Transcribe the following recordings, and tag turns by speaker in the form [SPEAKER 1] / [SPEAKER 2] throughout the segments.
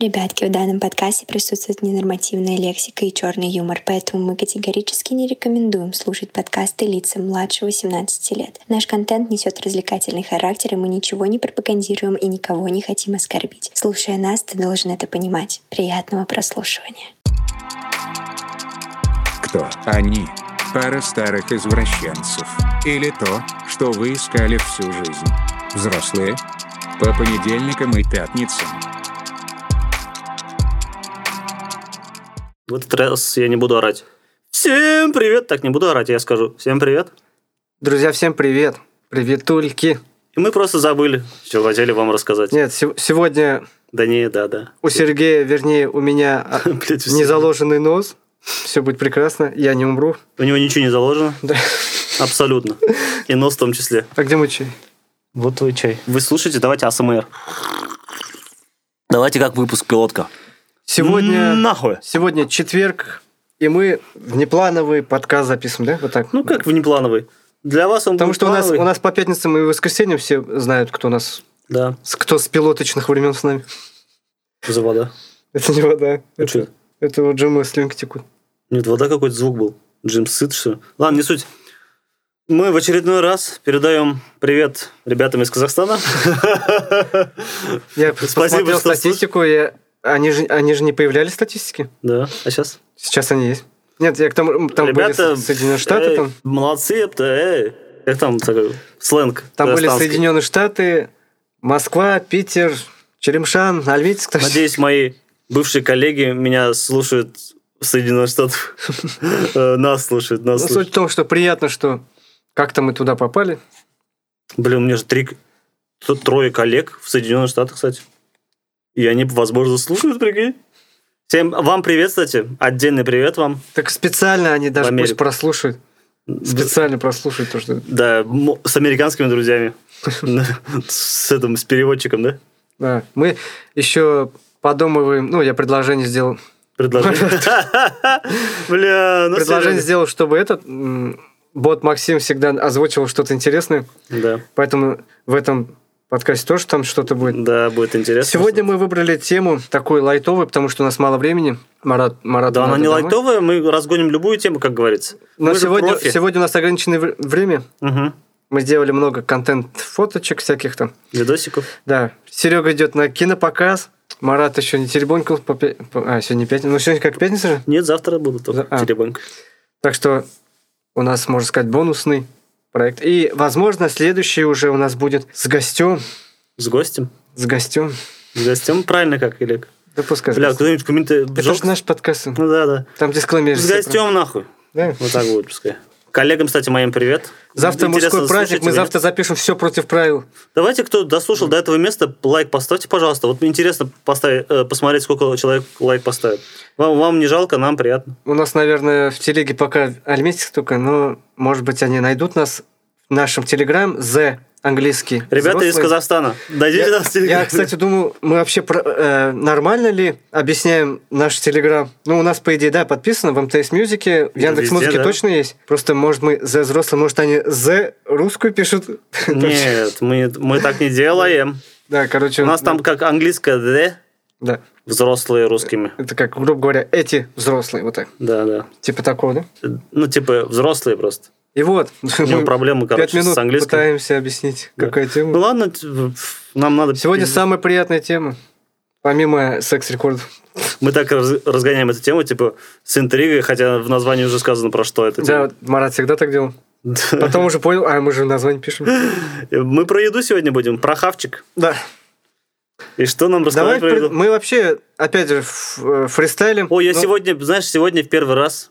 [SPEAKER 1] Ребятки, в данном подкасте присутствует ненормативная лексика и черный юмор, поэтому мы категорически не рекомендуем слушать подкасты лицам младше 18 лет. Наш контент несет развлекательный характер, и мы ничего не пропагандируем и никого не хотим оскорбить. Слушая нас, ты должен это понимать. Приятного прослушивания.
[SPEAKER 2] Кто они? Пара старых извращенцев. Или то, что вы искали всю жизнь. Взрослые. По понедельникам и пятницам.
[SPEAKER 3] В этот раз я не буду орать. Всем привет! Так не буду орать, я скажу. Всем привет.
[SPEAKER 4] Друзья, всем привет. Приветульки.
[SPEAKER 3] И мы просто забыли, что хотели вам рассказать.
[SPEAKER 4] Нет, се- сегодня
[SPEAKER 3] Да не, да, да.
[SPEAKER 4] у Сергея, вернее, у меня а,
[SPEAKER 3] Блядь, у
[SPEAKER 4] не
[SPEAKER 3] Сергея.
[SPEAKER 4] заложенный нос. Все будет прекрасно, я не умру.
[SPEAKER 3] У него ничего не заложено.
[SPEAKER 4] Да.
[SPEAKER 3] Абсолютно. И нос в том числе.
[SPEAKER 4] А где мой чай?
[SPEAKER 3] Вот твой чай. Вы слушаете, давайте АСМР. Давайте как выпуск пилотка.
[SPEAKER 4] Сегодня,
[SPEAKER 3] Нахуй.
[SPEAKER 4] сегодня четверг, и мы внеплановый подкаст записываем, да? Вот так.
[SPEAKER 3] Ну как внеплановый? Для вас он
[SPEAKER 4] Потому что у нас,
[SPEAKER 3] внеплановый.
[SPEAKER 4] у нас по пятницам и воскресеньям все знают, кто нас
[SPEAKER 3] Да,
[SPEAKER 4] с- кто с пилоточных времен с нами.
[SPEAKER 3] за вода.
[SPEAKER 4] Это не вода.
[SPEAKER 3] А чё
[SPEAKER 4] Это,
[SPEAKER 3] это?
[SPEAKER 4] это вот Джима слюнки текут.
[SPEAKER 3] Нет, вода какой-то звук был. Джим сыт, что ли? Ладно, не суть. Мы в очередной раз передаем привет ребятам из Казахстана. Спасибо,
[SPEAKER 4] Я посмотрел
[SPEAKER 3] что слушаешь.
[SPEAKER 4] статистику, я... Они же, они же не появлялись в статистике?
[SPEAKER 3] Да, а сейчас?
[SPEAKER 4] Сейчас они есть. Нет, я к тому, там
[SPEAKER 3] Ребята, э,
[SPEAKER 4] были Со- Соединенные Штаты,
[SPEAKER 3] эй,
[SPEAKER 4] там,
[SPEAKER 3] Молодцы, это, эй. Как там такой сленг?
[SPEAKER 4] там были
[SPEAKER 3] казахстанский?
[SPEAKER 4] Соединенные Штаты, Москва, Питер, Черемшан, Альметьевск. там всё.
[SPEAKER 3] Надеюсь, мои бывшие коллеги меня слушают в Соединенных Штатах. Э, Нас слушают, нас
[SPEAKER 4] Ну, суть в
[SPEAKER 3] слушают.
[SPEAKER 4] том, что приятно, что как-то мы туда попали.
[SPEAKER 3] Блин, у меня же три... тут Трое коллег в Соединенных Штатах, кстати. И они, возможно, слушают, прикинь. Всем вам привет, кстати. Отдельный привет вам.
[SPEAKER 4] Так специально они даже
[SPEAKER 3] Америку.
[SPEAKER 4] пусть прослушают. Специально прослушают то, что...
[SPEAKER 3] Да, м- с американскими друзьями. С этим, с переводчиком, да?
[SPEAKER 4] Да. Мы еще подумываем... Ну, я предложение сделал.
[SPEAKER 3] Предложение. Бля, ну
[SPEAKER 4] предложение
[SPEAKER 3] серьезно.
[SPEAKER 4] сделал, чтобы этот... м, Бот Максим всегда озвучивал что-то интересное.
[SPEAKER 3] Да,
[SPEAKER 4] Поэтому в этом подкасте тоже там что-то будет.
[SPEAKER 3] да, будет интересно.
[SPEAKER 4] Сегодня мы выбрали тему такую лайтовую, потому что у нас мало времени. Марат, Марат,
[SPEAKER 3] Да, она
[SPEAKER 4] надо
[SPEAKER 3] не
[SPEAKER 4] домой.
[SPEAKER 3] лайтовая, мы разгоним любую тему, как говорится.
[SPEAKER 4] Но
[SPEAKER 3] Мы же
[SPEAKER 4] сегодня,
[SPEAKER 3] профи.
[SPEAKER 4] сегодня у нас ограниченное вр- время.
[SPEAKER 3] Мгм.
[SPEAKER 4] Мы сделали много контент-фоточек всяких там.
[SPEAKER 3] Видосиков.
[SPEAKER 4] Да, Серега идет на кинопоказ. Марат еще не теребонькал. по пя- по- А, сегодня пятница. Ну, сегодня как пятница же.
[SPEAKER 3] Нет, завтра будут только
[SPEAKER 4] А.
[SPEAKER 3] теребонька.
[SPEAKER 4] Так что у нас, можно сказать, бонусный проект. И, возможно, следующий уже у нас будет с гостем.
[SPEAKER 3] С гостем.
[SPEAKER 4] С гостем.
[SPEAKER 3] С гостем правильно как, Илек?
[SPEAKER 4] Да пускай. с
[SPEAKER 3] Бля,
[SPEAKER 4] гостем.
[SPEAKER 3] кто-нибудь комменты...
[SPEAKER 4] Это же наш подкаст.
[SPEAKER 3] Ну да, да.
[SPEAKER 4] Там дисклеймер.
[SPEAKER 3] С
[SPEAKER 4] все про-
[SPEAKER 3] гостем нахуй.
[SPEAKER 4] Да.
[SPEAKER 3] Вот так будет, пускай. Коллегам, кстати, моим привет.
[SPEAKER 4] Завтра
[SPEAKER 3] Интересно,
[SPEAKER 4] мужской праздник,
[SPEAKER 3] слушаете или
[SPEAKER 4] мы
[SPEAKER 3] нет?
[SPEAKER 4] завтра запишем все против правил.
[SPEAKER 3] Давайте, кто дослушал до этого места, лайк поставьте, пожалуйста. Вот мне интересно поставить, э, посмотреть, сколько человек лайк поставит. Вам, вам не жалко, нам приятно.
[SPEAKER 4] У нас, наверное, в телеге пока Альметьевск только, но, может быть, они найдут нас в нашем телеграм The английский.
[SPEAKER 3] Ребята
[SPEAKER 4] взрослый.
[SPEAKER 3] из Казахстана, дойдите
[SPEAKER 4] Я,
[SPEAKER 3] нас в
[SPEAKER 4] я,
[SPEAKER 3] Телеграм.
[SPEAKER 4] кстати, думаю, мы вообще про- э, нормально ли объясняем наш телеграм? Ну, у нас, по идее, да, подписано в МТС Мьюзике, в
[SPEAKER 3] Да,
[SPEAKER 4] Яндекс Музыке
[SPEAKER 3] везде, да.
[SPEAKER 4] точно есть. Просто, может, мы The взрослый, может, они The русскую пишут.
[SPEAKER 3] Нет, мы, мы так не делаем.
[SPEAKER 4] Да, короче.
[SPEAKER 3] У нас там как английское «the»,
[SPEAKER 4] Да,
[SPEAKER 3] взрослые русскими.
[SPEAKER 4] это как, грубо говоря, эти взрослые, вот так.
[SPEAKER 3] Да, да.
[SPEAKER 4] Типа такого, да?
[SPEAKER 3] Ну, типа, взрослые просто.
[SPEAKER 4] И вот.
[SPEAKER 3] У него
[SPEAKER 4] мы
[SPEAKER 3] проблемы,
[SPEAKER 4] Пять
[SPEAKER 3] короче,
[SPEAKER 4] минут
[SPEAKER 3] с английским.
[SPEAKER 4] пытаемся объяснить,
[SPEAKER 3] Да.
[SPEAKER 4] какая
[SPEAKER 3] Ну
[SPEAKER 4] тема.
[SPEAKER 3] ладно, т- ф- нам надо...
[SPEAKER 4] Сегодня самая приятная тема, помимо секс-рекордов.
[SPEAKER 3] Мы так раз- разгоняем эту тему, типа, с интригой, хотя в названии уже сказано, про что это.
[SPEAKER 4] Да,
[SPEAKER 3] типа.
[SPEAKER 4] вот Марат всегда так делал.
[SPEAKER 3] Да.
[SPEAKER 4] Потом уже понял, а мы же название пишем.
[SPEAKER 3] Мы про еду сегодня будем, про хавчик.
[SPEAKER 4] Да.
[SPEAKER 3] И что нам
[SPEAKER 4] Давай,
[SPEAKER 3] рассказать про
[SPEAKER 4] при-
[SPEAKER 3] еду?
[SPEAKER 4] мы вообще, опять же, ф- э, фристайлим.
[SPEAKER 3] О, я
[SPEAKER 4] Ну,
[SPEAKER 3] сегодня, знаешь, сегодня в первый раз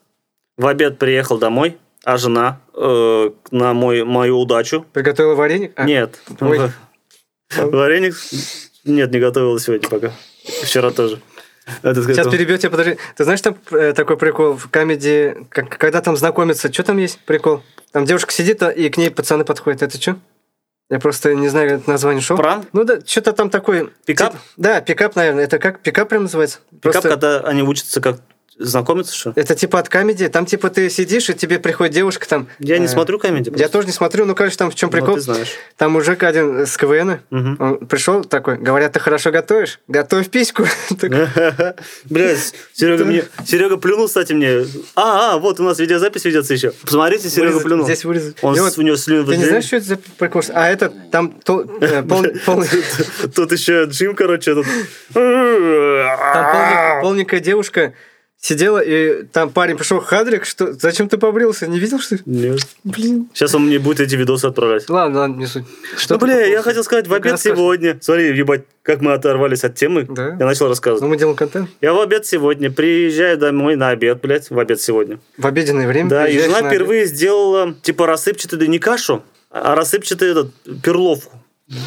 [SPEAKER 3] в обед приехал домой, а жена э, на мой, мою удачу.
[SPEAKER 4] Приготовила вареник? А,
[SPEAKER 3] Нет.
[SPEAKER 4] Ой.
[SPEAKER 3] Вареник? Нет, не готовила сегодня пока. Вчера тоже. Это к
[SPEAKER 4] Сейчас
[SPEAKER 3] этому.
[SPEAKER 4] перебью тебя, подожди. Ты знаешь, там э, такой прикол в комедии, как- когда там знакомятся, что там есть прикол? Там девушка сидит, а- и к ней пацаны подходят. Это что? Я просто не знаю это название шоу.
[SPEAKER 3] Пранк?
[SPEAKER 4] Ну да, что-то там такое.
[SPEAKER 3] Пикап?
[SPEAKER 4] Тип- да, пикап, наверное. Это как? Пикап прям называется?
[SPEAKER 3] Пикап,
[SPEAKER 4] Просто-
[SPEAKER 3] когда они учатся, как Знакомиться, что? ли?
[SPEAKER 4] Это типа от комедии, там типа ты сидишь, и тебе приходит девушка там.
[SPEAKER 3] Я не
[SPEAKER 4] э,
[SPEAKER 3] смотрю комедии.
[SPEAKER 4] Я тоже не смотрю, ну, короче, там в чем прикол?
[SPEAKER 3] ты знаешь.
[SPEAKER 4] Там мужик один с КВН,
[SPEAKER 3] Мгм.
[SPEAKER 4] он пришел такой, говорят, ты хорошо готовишь? Готовь письку. Так,
[SPEAKER 3] Блять, Серега мне... Серега плюнул, кстати, мне. А, а, вот у нас видеозапись ведется еще. Посмотрите, Серега
[SPEAKER 4] вырезать,
[SPEAKER 3] плюнул.
[SPEAKER 4] Здесь вырезать.
[SPEAKER 3] Он
[SPEAKER 4] И
[SPEAKER 3] с-
[SPEAKER 4] вот
[SPEAKER 3] у него слюна
[SPEAKER 4] Ты не
[SPEAKER 3] выделение.
[SPEAKER 4] знаешь, что это за прикол? А это там то- э, пол- пол-
[SPEAKER 3] Тут еще Джим, короче, этот...
[SPEAKER 4] там
[SPEAKER 3] А.
[SPEAKER 4] полненькая- полненькая девушка сидела, и там парень пришел, Хадрик, что, зачем ты побрился? Не видел, что ли?
[SPEAKER 3] Нет.
[SPEAKER 4] Блин.
[SPEAKER 3] Сейчас он мне будет эти видосы отправлять.
[SPEAKER 4] Ладно, ладно, не суть.
[SPEAKER 3] Ну,
[SPEAKER 4] Что ты
[SPEAKER 3] бля, я
[SPEAKER 4] побрился?
[SPEAKER 3] хотел сказать, в
[SPEAKER 4] Ну-ка,
[SPEAKER 3] обед
[SPEAKER 4] расскажи.
[SPEAKER 3] сегодня... Смотри, ебать, как мы оторвались от темы.
[SPEAKER 4] Да.
[SPEAKER 3] Я начал
[SPEAKER 4] Ну,
[SPEAKER 3] рассказывать.
[SPEAKER 4] мы делаем контент.
[SPEAKER 3] Я в обед сегодня приезжаю домой на обед, блядь, в обед сегодня.
[SPEAKER 4] В обеденное время.
[SPEAKER 3] Да, и
[SPEAKER 4] приезжаешь
[SPEAKER 3] жена
[SPEAKER 4] на обед.
[SPEAKER 3] впервые сделала, типа, рассыпчатую, да не кашу, а рассыпчатую этот, перловку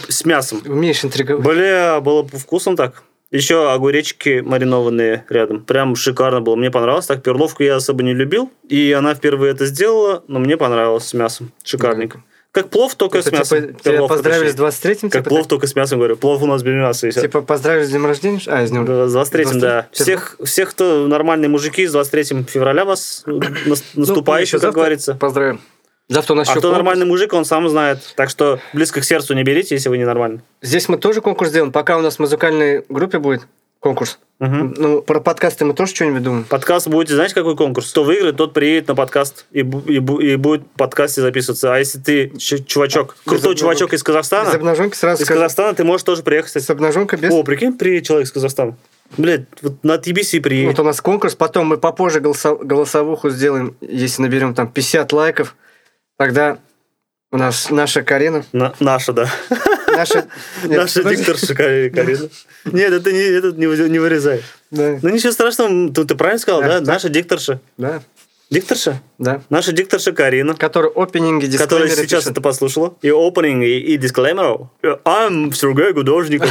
[SPEAKER 3] с мясом.
[SPEAKER 4] Умеешь интриговать.
[SPEAKER 3] Бля, было бы вкусно так. Еще огуречки маринованные рядом. Прям шикарно было. Мне понравилось. Так, перловку я особо не любил. И она впервые это сделала, но мне понравилось с мясом. Шикарненько. Как плов, только
[SPEAKER 4] Это,
[SPEAKER 3] с мясом.
[SPEAKER 4] типа, тебя
[SPEAKER 3] Перловка,
[SPEAKER 4] поздравили с
[SPEAKER 3] точнее.
[SPEAKER 4] 23-м?
[SPEAKER 3] Как
[SPEAKER 4] типа,
[SPEAKER 3] плов, только с мясом, говорю. Плов у нас без мяса.
[SPEAKER 4] так?
[SPEAKER 3] если-
[SPEAKER 4] Типа поздравили с днем рождения? А, с днем
[SPEAKER 3] Да, С 23-м, да.
[SPEAKER 4] 23-м?
[SPEAKER 3] Всех, всех, кто нормальные мужики, с 23 февраля вас э, нас-
[SPEAKER 4] Ну,
[SPEAKER 3] наступающим,
[SPEAKER 4] еще
[SPEAKER 3] как
[SPEAKER 4] завтра
[SPEAKER 3] говорится.
[SPEAKER 4] Поздравим. Завтра у нас
[SPEAKER 3] А
[SPEAKER 4] еще
[SPEAKER 3] кто
[SPEAKER 4] конкурс.
[SPEAKER 3] нормальный мужик, он сам знает. Так что близко к сердцу не берите, если вы не нормальный.
[SPEAKER 4] Здесь мы тоже конкурс сделаем. Пока у нас в музыкальной группе будет конкурс.
[SPEAKER 3] Мгм.
[SPEAKER 4] Ну, про подкасты мы тоже что-нибудь думаем.
[SPEAKER 3] Подкаст будет, знаете, какой конкурс? Кто выиграет, тот приедет на подкаст и, бу- и, бу- и будет в подкасте записываться. А если ты ч- чувачок,
[SPEAKER 4] А,
[SPEAKER 3] крутой
[SPEAKER 4] обнаженки.
[SPEAKER 3] чувачок из
[SPEAKER 4] Без
[SPEAKER 3] Казахстана,
[SPEAKER 4] обнаженки сразу
[SPEAKER 3] из
[SPEAKER 4] скажу.
[SPEAKER 3] Казахстана ты можешь тоже приехать.
[SPEAKER 4] С
[SPEAKER 3] кстати.
[SPEAKER 4] обнаженкой без...
[SPEAKER 3] О, прикинь, приедет человек из Казахстана. Блядь, вот на TBC
[SPEAKER 4] Вот
[SPEAKER 3] приедет.
[SPEAKER 4] у нас конкурс, потом мы попозже голосо- голосовуху сделаем, если наберем там 50 лайков, тогда у нас наша Карина,
[SPEAKER 3] На- наша, да.
[SPEAKER 4] наша... Нет,
[SPEAKER 3] наша
[SPEAKER 4] подожди.
[SPEAKER 3] дикторша Кари- Карина. Нет, это не, это не, вы- не вырезай.
[SPEAKER 4] Да,
[SPEAKER 3] Ну ничего страшного, ты, ты правильно сказал,
[SPEAKER 4] Да,
[SPEAKER 3] да?
[SPEAKER 4] да.
[SPEAKER 3] Наша дикторша.
[SPEAKER 4] да,
[SPEAKER 3] Дикторша?
[SPEAKER 4] да.
[SPEAKER 3] Наша дикторша Карина.
[SPEAKER 4] Который опенинги,
[SPEAKER 3] которая
[SPEAKER 4] дисклеймеры
[SPEAKER 3] сейчас
[SPEAKER 4] пишет.
[SPEAKER 3] это послушала. И opening, и, и disclaimer. Э, I'm Сергей Гудожников.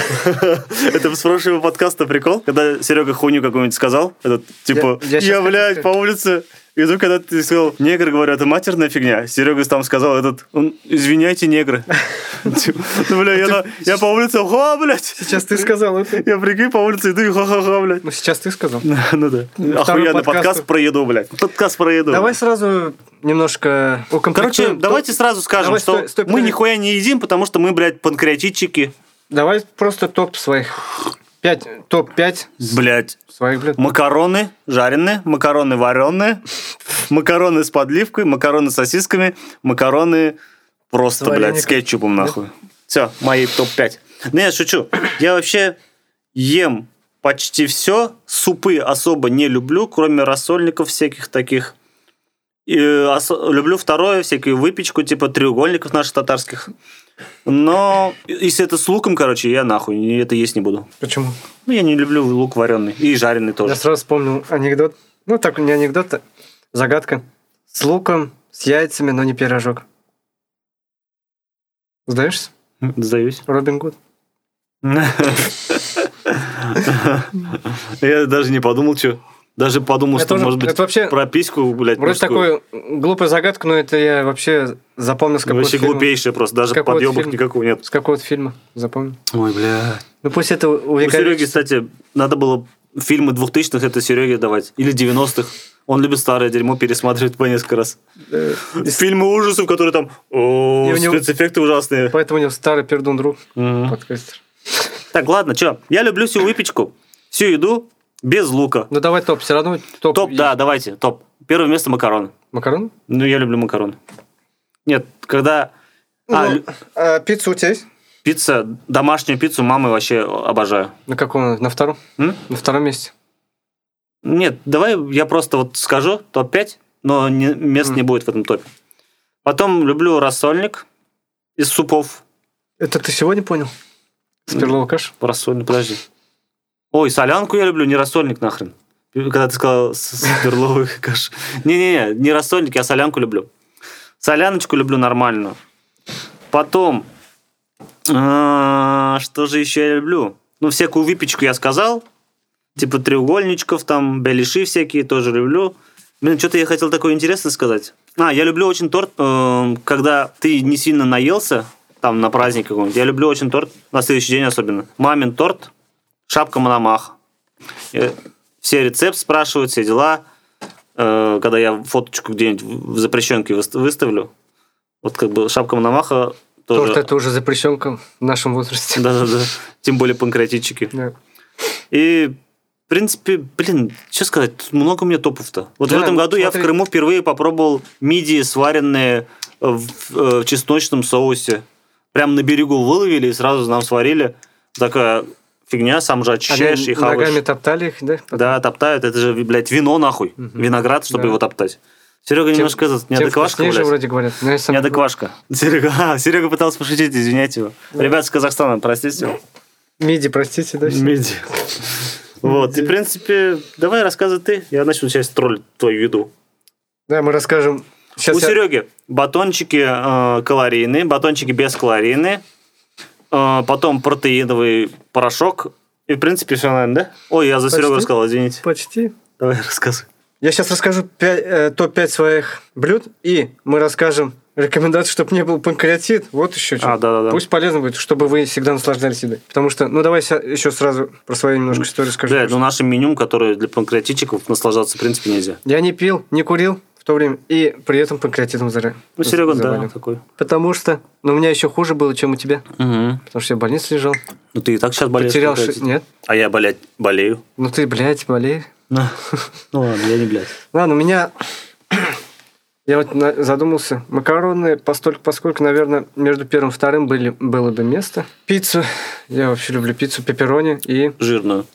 [SPEAKER 3] Это с прошлого подкаста прикол, когда Серега хуйню какую-нибудь сказал. Это типа,
[SPEAKER 4] Я- я щас
[SPEAKER 3] я, блядь,
[SPEAKER 4] хотел сказать».
[SPEAKER 3] по улице иду, когда ты сказал, негр, говорю, это матерная фигня. Серега там сказал этот, он, извиняйте, негры. Типа, Ну, бля, я на- я по улице, ха, блядь.
[SPEAKER 4] Сейчас ты сказал это.
[SPEAKER 3] Я прикинь, по улице иду и ха-ха-ха, блядь.
[SPEAKER 4] Ну, сейчас ты сказал.
[SPEAKER 3] Ну да.
[SPEAKER 4] Второй
[SPEAKER 3] Охуенный
[SPEAKER 4] подкаст.
[SPEAKER 3] подкаст про еду, блядь. Подкаст про еду.
[SPEAKER 4] Давай сразу немножко
[SPEAKER 3] Короче,
[SPEAKER 4] укомплектуем. То-
[SPEAKER 3] давайте сразу скажем,
[SPEAKER 4] давай,
[SPEAKER 3] что
[SPEAKER 4] стой, стой,
[SPEAKER 3] мы
[SPEAKER 4] подожди.
[SPEAKER 3] нихуя не едим, потому что мы, блядь, панкреатитчики.
[SPEAKER 4] Давай просто топ своих. Пять, топ-5
[SPEAKER 3] Блядь.
[SPEAKER 4] своих блюд.
[SPEAKER 3] Макароны жареные, макароны вареные, макароны с подливкой, макароны с сосисками, макароны просто,
[SPEAKER 4] С
[SPEAKER 3] блядь,
[SPEAKER 4] вареником.
[SPEAKER 3] с кетчупом нахуй. Все, мои топ-5. Да я шучу. Я вообще ем почти все. Супы особо не люблю, кроме рассольников всяких таких. И, э, осо- люблю второе, всякую выпечку, типа треугольников наших татарских. Но если это с луком, короче, я нахуй не- это есть не буду.
[SPEAKER 4] Почему?
[SPEAKER 3] Ну, я не люблю лук вареный и жареный тоже.
[SPEAKER 4] Я сразу вспомнил анекдот. Ну, так не анекдот, а загадка. С луком, с яйцами, но не пирожок. Сдаешься?
[SPEAKER 3] Сдаюсь.
[SPEAKER 4] Робин Гуд.
[SPEAKER 3] Я даже не подумал, что. Даже подумал,
[SPEAKER 4] Я
[SPEAKER 3] что,
[SPEAKER 4] тоже-
[SPEAKER 3] может быть,
[SPEAKER 4] это вообще-
[SPEAKER 3] про письку, блядь,
[SPEAKER 4] Вроде
[SPEAKER 3] мужскую.
[SPEAKER 4] такую глупая загадка, но это я вообще запомнил
[SPEAKER 3] Ну,
[SPEAKER 4] с какого-то
[SPEAKER 3] Вообще
[SPEAKER 4] фильма.
[SPEAKER 3] глупейшее просто, даже
[SPEAKER 4] Какой-то
[SPEAKER 3] подъемок
[SPEAKER 4] фильм.
[SPEAKER 3] никакого нет.
[SPEAKER 4] С какого-то фильма запомнил.
[SPEAKER 3] Ой, бля.
[SPEAKER 4] Ну, пусть это
[SPEAKER 3] У Сереги,
[SPEAKER 4] увековечится.
[SPEAKER 3] кстати, надо было фильмы 2000-х это Сереге давать. Или 90-х. Он любит старое дерьмо пересматривать по несколько раз.
[SPEAKER 4] Э,
[SPEAKER 3] Фильмы ужасов, которые там... О,
[SPEAKER 4] И у него-
[SPEAKER 3] спецэффекты ужасные.
[SPEAKER 4] Поэтому у него старый пердун друг,
[SPEAKER 3] Мгм.
[SPEAKER 4] подкастер.
[SPEAKER 3] Так, ладно, что? Я люблю всю выпечку, всю еду без лука.
[SPEAKER 4] Ну, давай топ, все равно топ.
[SPEAKER 3] Топ, да, давайте, топ. Первое место макароны.
[SPEAKER 4] Макарон?
[SPEAKER 3] Ну, я люблю макароны. Нет, когда... А, лю-
[SPEAKER 4] пиццу у тебя есть?
[SPEAKER 3] пицца, домашнюю пиццу мамы вообще обожаю.
[SPEAKER 4] На каком? На втором?
[SPEAKER 3] М?
[SPEAKER 4] На втором месте.
[SPEAKER 3] Нет, давай я просто вот скажу топ-5, но не- мест не
[SPEAKER 4] М.
[SPEAKER 3] будет в этом топе. Потом люблю рассольник из супов.
[SPEAKER 4] Это ты сегодня понял? С перловой каши?
[SPEAKER 3] Рассольник, подожди. Ой, солянку я люблю, не рассольник нахрен. Когда ты сказал с- с перловой кашей. Не-не-не, не рассольник, я солянку люблю. Соляночку люблю нормально. Потом, а, что же еще я люблю? Ну, всякую выпечку я сказал. Типа треугольничков, там, беляши всякие тоже люблю. Блин, что-то я хотел такое интересное сказать. А, я люблю очень торт, эм, когда ты не сильно наелся, там, на праздник какой-нибудь. Я люблю очень торт, на следующий день особенно. Мамин торт, шапка Мономах. Э, все рецепт спрашивают, все дела. Э, когда я фоточку где-нибудь в в запрещенке выст- выставлю, вот как бы шапка Мономаха тоже.
[SPEAKER 4] Торт это уже запрещенка в нашем возрасте.
[SPEAKER 3] Да-да-да. Тем более панкреатитчики.
[SPEAKER 4] Да.
[SPEAKER 3] И, в принципе, блин, что сказать, тут много у меня топов-то. Вот
[SPEAKER 4] Да,
[SPEAKER 3] в этом году я в
[SPEAKER 4] смотри.
[SPEAKER 3] Крыму впервые попробовал мидии, сваренные э, в э, в чесночном соусе. Прям на берегу выловили и сразу нам сварили. Такая фигня, сам же очищаешь
[SPEAKER 4] Они
[SPEAKER 3] и хаваешь. Ну,
[SPEAKER 4] Ногами топтали их, да?
[SPEAKER 3] Да, топтают, это же, блядь, вино нахуй.
[SPEAKER 4] Мгм.
[SPEAKER 3] Виноград, чтобы
[SPEAKER 4] Да.
[SPEAKER 3] его топтать. Серега немножко этот,
[SPEAKER 4] Тем
[SPEAKER 3] неадеквашка,
[SPEAKER 4] вкуснее же
[SPEAKER 3] блядь.
[SPEAKER 4] вроде говорят. но я сам-
[SPEAKER 3] Неадеквашка. Серега, а, Серега пытался пошутить, извиняйте его. Ребят с Казахстана, простите его.
[SPEAKER 4] Миди, простите, да? всё.
[SPEAKER 3] Меди. Вот, и, в принципе, давай рассказывай ты. Я начну сейчас троллить твою еду.
[SPEAKER 4] Да, мы расскажем. Сейчас
[SPEAKER 3] У Сереги батончики э, калорийные, батончики без калорийные, э, потом протеиновый порошок. И, в принципе, все, наверное, да? Ой, я за
[SPEAKER 4] Почти.
[SPEAKER 3] Серегу рассказал, извините.
[SPEAKER 4] Почти.
[SPEAKER 3] Давай рассказывай.
[SPEAKER 4] Я сейчас расскажу пя- э, топ-5 своих блюд, и мы расскажем рекомендации, чтобы не был панкреатит. Вот еще что.
[SPEAKER 3] А, да-да-да.
[SPEAKER 4] Пусть полезно будет, чтобы вы всегда наслаждались едой. Потому что, ну давай еще сразу про свою немножко историю скажу.
[SPEAKER 3] Блядь, ну нашим меню, которое для панкреатичиков наслаждаться, в принципе, нельзя. Ну,
[SPEAKER 4] Я не пил, не курил в то время, и при этом панкреатитом зара-
[SPEAKER 3] Ну, Серега, да,
[SPEAKER 4] заболел.
[SPEAKER 3] такой.
[SPEAKER 4] Потому что, ну, у меня еще хуже было, чем у тебя. Потому что я в больнице лежал.
[SPEAKER 3] Ну, ты и так сейчас болеешь.
[SPEAKER 4] потерял... ши-
[SPEAKER 3] панкреатит.
[SPEAKER 4] Нет.
[SPEAKER 3] А я, блядь, болею.
[SPEAKER 4] Ну ты, блядь, болеешь.
[SPEAKER 3] Ну ладно, я не блядь.
[SPEAKER 4] Ладно, у меня... Я вот на- задумался. Макароны, постольку, поскольку, наверное, между первым и вторым были, было бы место. Пиццу. Я вообще люблю пиццу, пепперони и,
[SPEAKER 3] Жирную.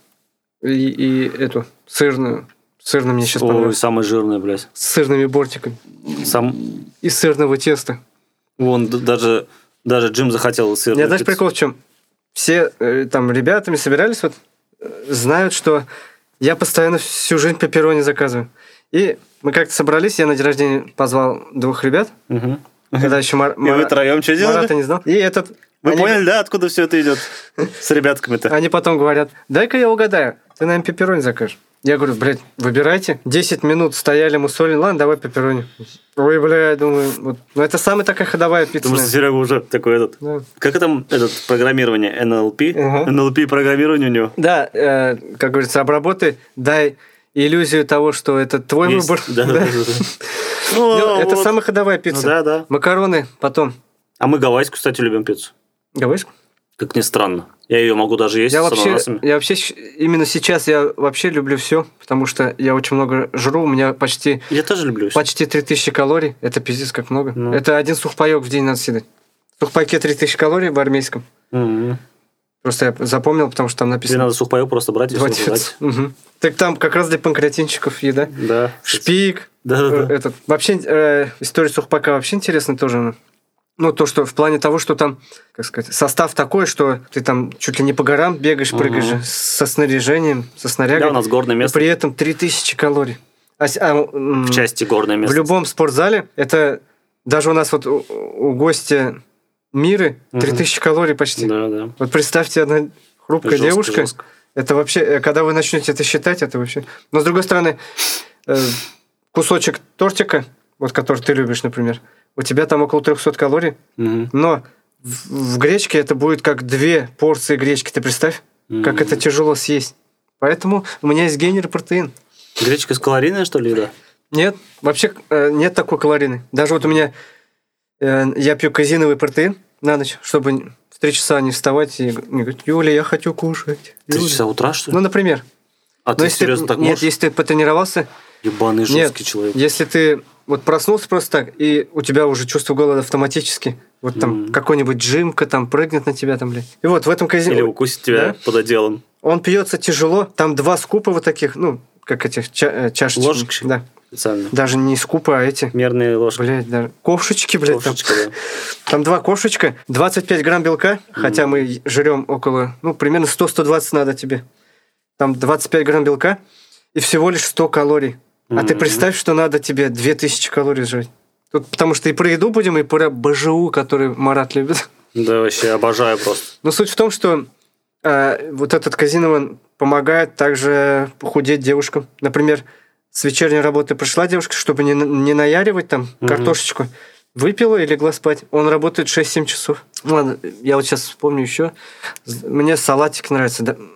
[SPEAKER 4] и, и эту сырную. Сырную мне сейчас
[SPEAKER 3] Ой,
[SPEAKER 4] понравилось.
[SPEAKER 3] самая жирная, блядь.
[SPEAKER 4] С сырными бортиками.
[SPEAKER 3] Сам...
[SPEAKER 4] И сырного теста.
[SPEAKER 3] Вон, д- даже, даже Джим захотел сыр.
[SPEAKER 4] Я даже прикол в чем. Все э, там ребятами собирались, вот э, знают, что я постоянно всю жизнь пепперони заказываю. И мы как-то собрались, я на день рождения позвал двух ребят, когда еще Мар-
[SPEAKER 3] И вы
[SPEAKER 4] Мара-
[SPEAKER 3] троем что
[SPEAKER 4] Марата
[SPEAKER 3] делали?
[SPEAKER 4] не знал. И этот...
[SPEAKER 3] Вы
[SPEAKER 4] они,
[SPEAKER 3] поняли, да, откуда все это идет? С ребятками-то.
[SPEAKER 4] Они потом говорят, дай-ка я угадаю, ты нам пепперони закажешь. Я говорю, блядь, выбирайте. 10 минут стояли, мусолили, ладно, давай пепперони. Ой, блядь, думаю, вот. Ну, это самая такая ходовая пицца.
[SPEAKER 3] Потому что Серега уже такой этот.
[SPEAKER 4] наверное. Да.
[SPEAKER 3] Как там этот программирование? NLP?
[SPEAKER 4] Ага.
[SPEAKER 3] NLP программирование у него.
[SPEAKER 4] Да, э, как говорится, обработай, дай иллюзию того, что это твой
[SPEAKER 3] Есть.
[SPEAKER 4] выбор.
[SPEAKER 3] Да, да, да, да. Ну,
[SPEAKER 4] Ну, это
[SPEAKER 3] вот.
[SPEAKER 4] самая ходовая
[SPEAKER 3] Ну,
[SPEAKER 4] пицца.
[SPEAKER 3] Да, да.
[SPEAKER 4] Макароны, потом.
[SPEAKER 3] А мы гавайскую, кстати, любим пиццу.
[SPEAKER 4] Говоришь?
[SPEAKER 3] Как ни странно. Я ее могу даже есть
[SPEAKER 4] Я
[SPEAKER 3] с
[SPEAKER 4] вообще,
[SPEAKER 3] ананасами.
[SPEAKER 4] я вообще щ- именно сейчас я вообще люблю все, потому что я очень много жру, у меня почти
[SPEAKER 3] Я тоже люблю. всё.
[SPEAKER 4] почти 3000 калорий. Это пиздец как много.
[SPEAKER 3] Ну.
[SPEAKER 4] Это один сухпайок в день надо съедать. Сухпайке 3000 калорий в армейском.
[SPEAKER 3] Мгм.
[SPEAKER 4] Просто я запомнил, потому что там
[SPEAKER 3] Тебе
[SPEAKER 4] написано.
[SPEAKER 3] надо сухпайок просто брать и
[SPEAKER 4] Два
[SPEAKER 3] сжигать.
[SPEAKER 4] девять. Мгм. Так там как раз для панкреатинчиков еда.
[SPEAKER 3] Да.
[SPEAKER 4] Шпик,
[SPEAKER 3] Да, да,
[SPEAKER 4] Э,
[SPEAKER 3] да.
[SPEAKER 4] этот. Вообще э, история сухпака вообще интересна тоже. ну. Ну, то, что в плане того, что там, как сказать, состав такой, что ты там чуть ли не по горам бегаешь, прыгаешь
[SPEAKER 3] Мгм.
[SPEAKER 4] со снаряжением, со
[SPEAKER 3] Да,
[SPEAKER 4] снарягой.
[SPEAKER 3] у нас горное
[SPEAKER 4] и
[SPEAKER 3] место.
[SPEAKER 4] при этом 3000 калорий. А с- а, м,
[SPEAKER 3] В части горное
[SPEAKER 4] в
[SPEAKER 3] место.
[SPEAKER 4] любом спортзале это даже у нас вот у, у гостя Миры
[SPEAKER 3] Мгм.
[SPEAKER 4] 3000 калорий почти.
[SPEAKER 3] Да, да.
[SPEAKER 4] Вот представьте, одна хрупкая
[SPEAKER 3] Жестко,
[SPEAKER 4] девушка,
[SPEAKER 3] жестко.
[SPEAKER 4] это вообще, э, когда вы начнете это считать, это вообще... Но с другой стороны, э, кусочек тортика, вот который ты любишь, например, у тебя там около 300 калорий,
[SPEAKER 3] Мгм.
[SPEAKER 4] но в, в гречке это будет как две порции гречки, ты представь, как
[SPEAKER 3] Мгм.
[SPEAKER 4] это тяжело съесть. Поэтому у меня есть генер протеин.
[SPEAKER 3] Гречка с калорийная, что ли, еда?
[SPEAKER 4] Нет, вообще э, нет такой калорийной. Даже вот у меня э, я пью казиновый протеин на ночь, чтобы в 3 часа не вставать и не говорить, Юля, я хочу кушать.
[SPEAKER 3] Три
[SPEAKER 4] Юля».
[SPEAKER 3] часа утра, что ли?
[SPEAKER 4] Ну, например.
[SPEAKER 3] а
[SPEAKER 4] Ну,
[SPEAKER 3] ты
[SPEAKER 4] если ты-
[SPEAKER 3] серьезно так
[SPEAKER 4] Нет,
[SPEAKER 3] можешь?
[SPEAKER 4] если ты потренировался,
[SPEAKER 3] Ебаный
[SPEAKER 4] нет,
[SPEAKER 3] жесткий человек.
[SPEAKER 4] если ты вот проснулся просто так, и у тебя уже чувство голода автоматически, вот там
[SPEAKER 3] Мгм.
[SPEAKER 4] какой-нибудь джимка там прыгнет на тебя там, блядь. И вот в этом казино...
[SPEAKER 3] Или укусит тебя
[SPEAKER 4] Да?
[SPEAKER 3] под отделом.
[SPEAKER 4] Он пьется тяжело, там два скупа вот таких, ну, как этих ча- э, чашечки.
[SPEAKER 3] Ложечки?
[SPEAKER 4] Да.
[SPEAKER 3] Специально.
[SPEAKER 4] Даже не скупы, а эти.
[SPEAKER 3] Мерные ложки.
[SPEAKER 4] Блять, даже ковшечки, блядь, там.
[SPEAKER 3] Ложечка, да.
[SPEAKER 4] Там два ковшечка, 25 грамм белка, хотя мы жрем около, ну, примерно 100-120 надо тебе. Там 25 грамм белка и всего лишь 100 калорий. А ты
[SPEAKER 3] Мгм.
[SPEAKER 4] представь, что надо тебе 2000 калорий жрать. Тут потому что и про еду будем, и про БЖУ, который Марат любит.
[SPEAKER 3] Да, вообще обожаю просто.
[SPEAKER 4] Но суть в том, что э, вот этот казинован помогает также похудеть девушкам. Например, с вечерней работы пришла девушка, чтобы не, на- не наяривать там
[SPEAKER 3] Мгм.
[SPEAKER 4] картошечку. Выпила и легла спать. Он работает 6-7 часов. Ну Ладно, я вот сейчас вспомню еще. Мне салатик нравится. Да. Тебе,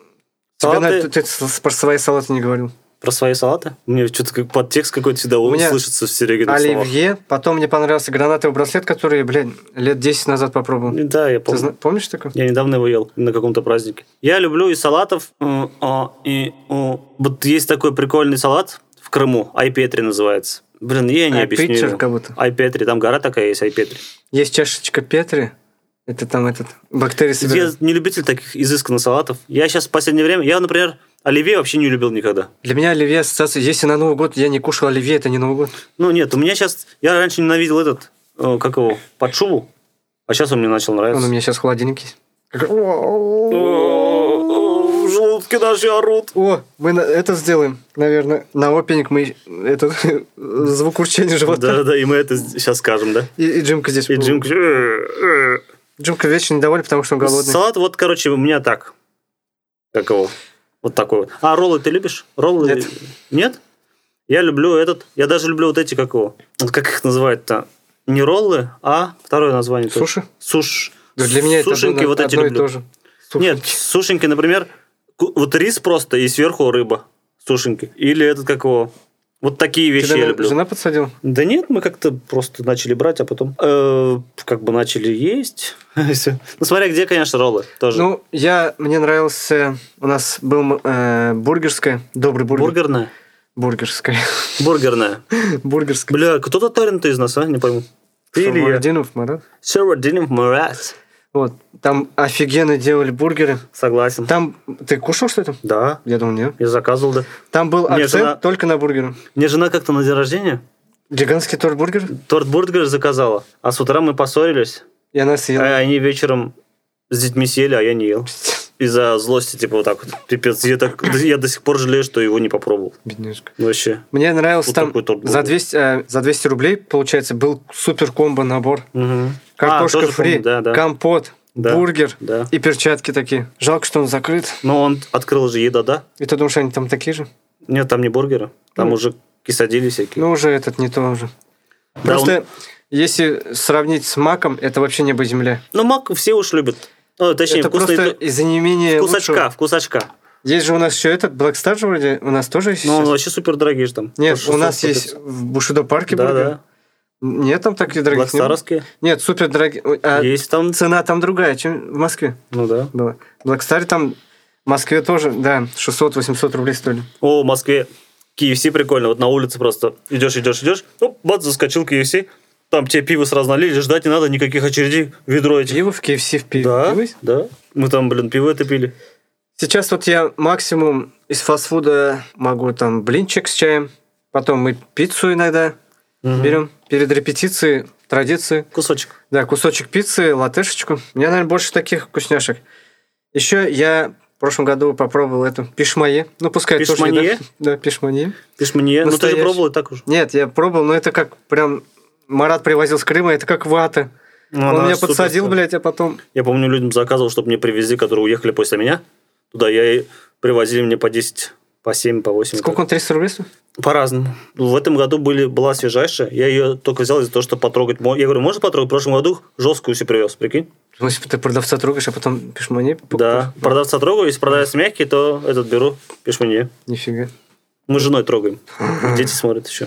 [SPEAKER 3] Салаты-
[SPEAKER 4] наверное, ты, ты с- про свои салаты не говорил.
[SPEAKER 3] про свои салаты? Мне что-то как подтекст какой-то всегда
[SPEAKER 4] У меня
[SPEAKER 3] слышится в серебряных словах.
[SPEAKER 4] Оливье, потом мне понравился гранатовый браслет, который, блядь, лет 10 назад попробовал.
[SPEAKER 3] Ну Да, я
[SPEAKER 4] Ты
[SPEAKER 3] помню.
[SPEAKER 4] зна- помнишь такое?
[SPEAKER 3] Я недавно его ел на каком-то празднике. Я люблю и салатов. м, а, и, у. Вот есть такой прикольный салат в Крыму, Айпетри называется. Блин, я не объясню.
[SPEAKER 4] Питчер
[SPEAKER 3] его.
[SPEAKER 4] А, как будто.
[SPEAKER 3] Айпетри, там гора такая есть, Айпетри.
[SPEAKER 4] Есть чашечка Петри. Это там этот бактерии
[SPEAKER 3] Я
[SPEAKER 4] собирают.
[SPEAKER 3] не любитель таких изысканных салатов. Я сейчас в последнее время... Я, например, оливье вообще не любил никогда.
[SPEAKER 4] Для меня оливье ассоциация. Если на Новый год я не кушал оливье, это не Новый год.
[SPEAKER 3] Ну, нет, у меня сейчас... Я раньше ненавидел этот, э, как его, под шубу. А сейчас он мне начал
[SPEAKER 4] Он у
[SPEAKER 3] нравиться.
[SPEAKER 4] меня сейчас в холодильнике есть. Как- О,
[SPEAKER 3] В желудке наши орут.
[SPEAKER 4] мы на- это сделаем, наверное. На опенинг мы этот звук урчания живота.
[SPEAKER 3] Да-да-да, и мы это сейчас скажем, да?
[SPEAKER 4] И, и Джимка здесь.
[SPEAKER 3] И Джимка... «Э, э».
[SPEAKER 4] Джимка вечно недоволен, потому что он голодный.
[SPEAKER 3] Салат, вот, короче, у меня так. Как его? Вот такой вот. А роллы ты любишь? Роллы?
[SPEAKER 4] Нет.
[SPEAKER 3] Нет? Я люблю этот. Я даже люблю вот эти, как его? Вот как их называют-то? Не роллы, а второе название. тоже.
[SPEAKER 4] Суши?
[SPEAKER 3] Суш.
[SPEAKER 4] Да для меня это
[SPEAKER 3] Сушеньки
[SPEAKER 4] одно,
[SPEAKER 3] вот эти
[SPEAKER 4] одно и
[SPEAKER 3] люблю.
[SPEAKER 4] то же. Суши.
[SPEAKER 3] Нет, сушеньки, например, ку- вот рис просто и сверху рыба. Сушеньки. Или этот, как его? Вот такие вещи
[SPEAKER 4] Тебя
[SPEAKER 3] я
[SPEAKER 4] на-
[SPEAKER 3] люблю.
[SPEAKER 4] жена подсадила?
[SPEAKER 3] Да нет, мы как-то просто начали брать, а потом э, как бы начали есть. Всё. ну, смотря где, конечно, роллы тоже.
[SPEAKER 4] Ну, я, мне нравился, у нас был э, бургерская, добрый бургер.
[SPEAKER 3] Бургерная?
[SPEAKER 4] Бургерская.
[SPEAKER 3] Бургерная.
[SPEAKER 4] бургерская.
[SPEAKER 3] Бля, кто татарин-то из нас, а? Не пойму. Ты или я?
[SPEAKER 4] Шаурмардинов, Марат.
[SPEAKER 3] Шаурдинов Марат.
[SPEAKER 4] Вот, там офигенно делали бургеры.
[SPEAKER 3] Согласен.
[SPEAKER 4] Там, ты кушал что-то?
[SPEAKER 3] Да.
[SPEAKER 4] Я думал, нет.
[SPEAKER 3] Я заказывал, да.
[SPEAKER 4] Там был
[SPEAKER 3] Нет,
[SPEAKER 4] акцент
[SPEAKER 3] она-
[SPEAKER 4] только на бургеры.
[SPEAKER 3] Мне жена как-то на день рождения
[SPEAKER 4] Гигантский торт бургер,
[SPEAKER 3] торт бургер заказала, а с утра мы поссорились,
[SPEAKER 4] и она
[SPEAKER 3] а
[SPEAKER 4] съела.
[SPEAKER 3] они вечером с детьми съели, а я не ел. Из-за злости, типа, вот так вот. Пипец, я, так, я до сих пор жалею, что его не попробовал.
[SPEAKER 4] Бедняжка.
[SPEAKER 3] Вообще.
[SPEAKER 4] Мне нравился
[SPEAKER 3] Вот
[SPEAKER 4] там
[SPEAKER 3] такой торт
[SPEAKER 4] за
[SPEAKER 3] бургер.
[SPEAKER 4] 200, э, за 200 рублей, получается, был супер комбо набор.
[SPEAKER 3] Мгм.
[SPEAKER 4] Картошка
[SPEAKER 3] А, тоже
[SPEAKER 4] фри,
[SPEAKER 3] помню, да, да.
[SPEAKER 4] компот,
[SPEAKER 3] Да.
[SPEAKER 4] бургер
[SPEAKER 3] Да.
[SPEAKER 4] и перчатки такие. Жалко, что он закрыт.
[SPEAKER 3] Но он открыл же еда, да?
[SPEAKER 4] И ты думаешь, они там такие же?
[SPEAKER 3] Нет, там не бургеры. Там
[SPEAKER 4] Ну.
[SPEAKER 3] уже кисадили всякие.
[SPEAKER 4] Ну, уже этот не то уже.
[SPEAKER 3] Да,
[SPEAKER 4] Просто если сравнить с маком, это вообще небо и земля.
[SPEAKER 3] Ну, мак все уж любят. Ну, точнее,
[SPEAKER 4] это
[SPEAKER 3] вкусный...
[SPEAKER 4] просто э, из-за не менее
[SPEAKER 3] Вкусачка,
[SPEAKER 4] лучшего.
[SPEAKER 3] вкусачка.
[SPEAKER 4] Есть же у нас еще этот, Black Star же вроде, у нас тоже есть
[SPEAKER 3] Ну, он
[SPEAKER 4] сейчас?
[SPEAKER 3] вообще супер дорогие же там.
[SPEAKER 4] Нет,
[SPEAKER 3] По
[SPEAKER 4] у нас
[SPEAKER 3] 600,
[SPEAKER 4] есть в Бушидо парке
[SPEAKER 3] Да,
[SPEAKER 4] бургер.
[SPEAKER 3] да.
[SPEAKER 4] Нет там таких дорогих. не было?
[SPEAKER 3] Блэкстаровские.
[SPEAKER 4] Нет, супер дорогие. а
[SPEAKER 3] Есть там.
[SPEAKER 4] Цена там другая, чем в Москве
[SPEAKER 3] Ну да.
[SPEAKER 4] была. Blackstar там в Москве тоже, да, 600-800 рублей стоили.
[SPEAKER 3] О, в Москве KFC прикольно. Вот на улице просто идешь, идешь, идешь. Оп, бац, заскочил KFC. Там тебе пиво сразу налили, ждать не надо, никаких очередей. Ведро этих.
[SPEAKER 4] Пиво в KFC в пиве.
[SPEAKER 3] Да,
[SPEAKER 4] пиво есть?
[SPEAKER 3] да. Мы там, блин, пиво это пили.
[SPEAKER 4] Сейчас вот я максимум из фастфуда могу там блинчик с чаем, потом мы пиццу иногда берем. Перед репетицией традиции
[SPEAKER 3] Кусочек.
[SPEAKER 4] Да, кусочек пиццы, латышечку. У меня, наверное, больше таких вкусняшек. Еще я в прошлом году попробовал эту пишмае. Ну, пускай это тоже
[SPEAKER 3] Пешманье?
[SPEAKER 4] еда. Да, пишмае.
[SPEAKER 3] Ты ж мне... Ну, ты же
[SPEAKER 4] Настоящий.
[SPEAKER 3] пробовал и так уже.
[SPEAKER 4] Нет, я пробовал, но это как прям... Марат привозил с Крыма, это как вата.
[SPEAKER 3] Ну,
[SPEAKER 4] Он
[SPEAKER 3] она
[SPEAKER 4] меня
[SPEAKER 3] супер
[SPEAKER 4] подсадил,
[SPEAKER 3] стоит.
[SPEAKER 4] блядь, а потом...
[SPEAKER 3] Я помню, людям заказывал, чтобы мне привезли, которые уехали после меня. Туда я и привозили мне по 10, по 7, по 8.
[SPEAKER 4] Сколько он, 300 рублей? стоил?
[SPEAKER 3] По-разному. В этом году были, была свежайшая. Я ее только взял из-за того, что потрогать. мо- Я говорю, можно потрогать? В прошлом году жесткую себе привез, прикинь?
[SPEAKER 4] В смысле, ты продавца трогаешь, а потом пишмане
[SPEAKER 3] Да. Продавца трогаю, если продавец мягкий, то этот беру, пишешь мне.
[SPEAKER 4] Нифига.
[SPEAKER 3] Мы с женой трогаем. И Дети смотрят еще.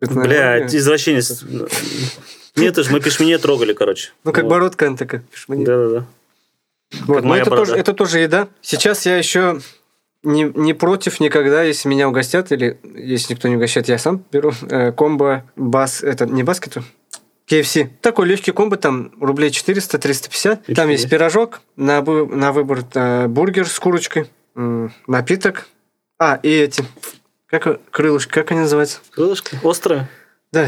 [SPEAKER 4] Это, наверное,
[SPEAKER 3] Блядь, извращенец. Нет, уж мы пешмине трогали, короче.
[SPEAKER 4] Ну, как
[SPEAKER 3] Вот.
[SPEAKER 4] бородка она такая, пишмане.
[SPEAKER 3] Да-да-да.
[SPEAKER 4] Вот,
[SPEAKER 3] Как
[SPEAKER 4] но
[SPEAKER 3] моя
[SPEAKER 4] это
[SPEAKER 3] борода.
[SPEAKER 4] тоже, это тоже еда. Сейчас я еще не, не против никогда, если меня угостят, или если никто не угощает, я сам беру э, комбо бас, это не баскету, KFC. Такой легкий комбо, там рублей 400-350. Там
[SPEAKER 3] Ничего
[SPEAKER 4] есть
[SPEAKER 3] себе.
[SPEAKER 4] пирожок, на, вы- на выбор э, бургер с курочкой, м, напиток. А, и эти, как крылышки, как они называются?
[SPEAKER 3] Крылышки? Острые?
[SPEAKER 4] Да,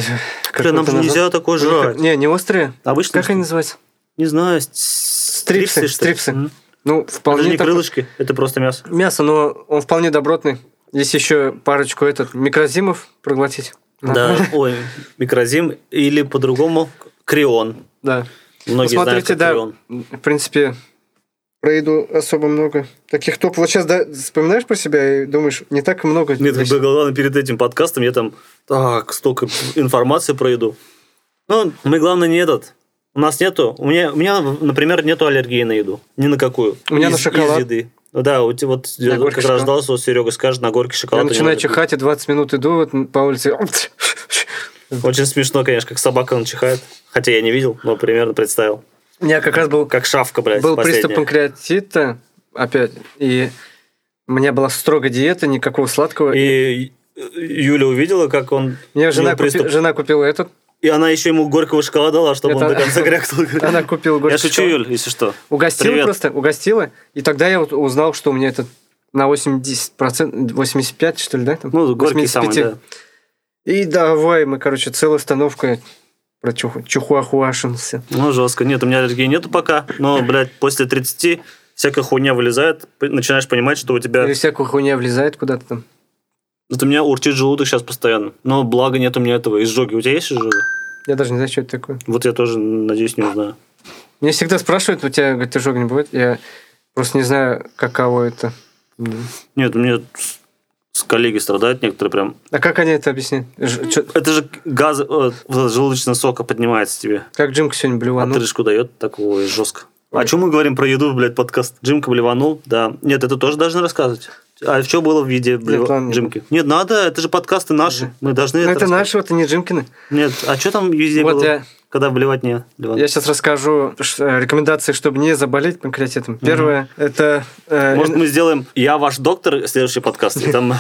[SPEAKER 3] Бля, нам
[SPEAKER 4] какое-то
[SPEAKER 3] же нельзя
[SPEAKER 4] название.
[SPEAKER 3] такое
[SPEAKER 4] У них как-
[SPEAKER 3] жрать.
[SPEAKER 4] Не, не острые.
[SPEAKER 3] Обычно
[SPEAKER 4] Как они называются?
[SPEAKER 3] Не знаю, с-
[SPEAKER 4] Стрипсы,
[SPEAKER 3] стрипсы. что ли?
[SPEAKER 4] стрипсы.
[SPEAKER 3] М.
[SPEAKER 4] Ну,
[SPEAKER 3] Это же
[SPEAKER 4] вполне
[SPEAKER 3] А не
[SPEAKER 4] такой-
[SPEAKER 3] крылышки, это просто мясо.
[SPEAKER 4] Мясо, но он вполне добротный. Есть еще парочку этот микрозимов проглотить.
[SPEAKER 3] Да, ой, микрозим или по-другому крион.
[SPEAKER 4] Да.
[SPEAKER 3] Многие знают,
[SPEAKER 4] Посмотрите,
[SPEAKER 3] как
[SPEAKER 4] да,
[SPEAKER 3] крион.
[SPEAKER 4] в принципе, про еду особо много. Таких топ. Вот сейчас да, вспоминаешь про себя и думаешь, не так много.
[SPEAKER 3] Нет, как бы, главное, перед этим подкастом я там так столько информации пройду. Ну, мы, главное, не этот. У нас нету. У меня, у меня, например, нету аллергии на еду. Ни на какую.
[SPEAKER 4] У меня
[SPEAKER 3] Из-
[SPEAKER 4] на шоколад.
[SPEAKER 3] Из еды. Ну да, вот, вот я
[SPEAKER 4] горке
[SPEAKER 3] как раз ждал,
[SPEAKER 4] шоколад.
[SPEAKER 3] что Серега скажет, на горке
[SPEAKER 4] Я
[SPEAKER 3] шоколад.
[SPEAKER 4] начинаю чихать, и 20 минут иду вот по улице.
[SPEAKER 3] Очень смешно, конечно, как собака он чихает. Хотя я не видел, но примерно представил.
[SPEAKER 4] У меня как раз был,
[SPEAKER 3] Как шавка, блядь,
[SPEAKER 4] был
[SPEAKER 3] последняя.
[SPEAKER 4] приступ панкреатита опять, и у меня была строгая диета, никакого сладкого.
[SPEAKER 3] И
[SPEAKER 4] И
[SPEAKER 3] Юля увидела, как он...
[SPEAKER 4] Мне
[SPEAKER 3] у
[SPEAKER 4] жена,
[SPEAKER 3] него приступ.
[SPEAKER 4] купи- жена купила этот,
[SPEAKER 3] И она еще ему горького шоколада дала, чтобы
[SPEAKER 4] Это-
[SPEAKER 3] он до конца крякнул.
[SPEAKER 4] она купила горький
[SPEAKER 3] Я шучу,
[SPEAKER 4] шоколад.
[SPEAKER 3] Юль, если что.
[SPEAKER 4] Угостила
[SPEAKER 3] Привет.
[SPEAKER 4] просто, угостила, и тогда я вот узнал, что у меня этот на 80%, 85, что ли, да? Там?
[SPEAKER 3] Ну, горький самый,
[SPEAKER 4] 85.
[SPEAKER 3] да.
[SPEAKER 4] И давай мы, короче, целая остановка про чуху- чухуахуашимся.
[SPEAKER 3] Ну, жестко. Нет, у меня аллергии нету пока, но, блядь, после 30 всякая хуйня вылезает, п- начинаешь понимать, что у тебя...
[SPEAKER 4] Или всякую хуйня влезает куда-то там.
[SPEAKER 3] Вот у меня урчит желудок сейчас постоянно. Но благо нет у меня этого изжоги. У тебя есть изжога?
[SPEAKER 4] Я даже не знаю, что это такое.
[SPEAKER 3] Вот я тоже, надеюсь, не узнаю.
[SPEAKER 4] Меня всегда спрашивают, у тебя, говорит, ожог не будет? Я просто не знаю, каково это. М.
[SPEAKER 3] Нет, у меня с- с коллеги страдают некоторые прям.
[SPEAKER 4] А как они это объясняют? Ж- чё-
[SPEAKER 3] Это же газ э, вот этот желудочный сока поднимается тебе.
[SPEAKER 4] как Джимка
[SPEAKER 3] А
[SPEAKER 4] сегодня блеванул?
[SPEAKER 3] Отрыжку дает такого жестко.
[SPEAKER 4] Ой.
[SPEAKER 3] О чем мы говорим про еду, блядь, подкаст? Джимка блеванул, да. Нет, это тоже должны рассказывать. А что было в виде блев-
[SPEAKER 4] Нет, ладно, не
[SPEAKER 3] Джимки? Нет, надо, это же подкасты наши. Мы должны
[SPEAKER 4] Ну,
[SPEAKER 3] это
[SPEAKER 4] это
[SPEAKER 3] рассказать.
[SPEAKER 4] нашего, это не Джимкины.
[SPEAKER 3] Нет, а что там везде
[SPEAKER 4] Вот
[SPEAKER 3] было,
[SPEAKER 4] я-
[SPEAKER 3] когда блевать не блевал?
[SPEAKER 4] Я сейчас расскажу ш- э, рекомендации, чтобы не заболеть панкреатитом. Первое, это... э,
[SPEAKER 3] Может,
[SPEAKER 4] ин-
[SPEAKER 3] мы сделаем «Я ваш доктор» следующий подкаст, и там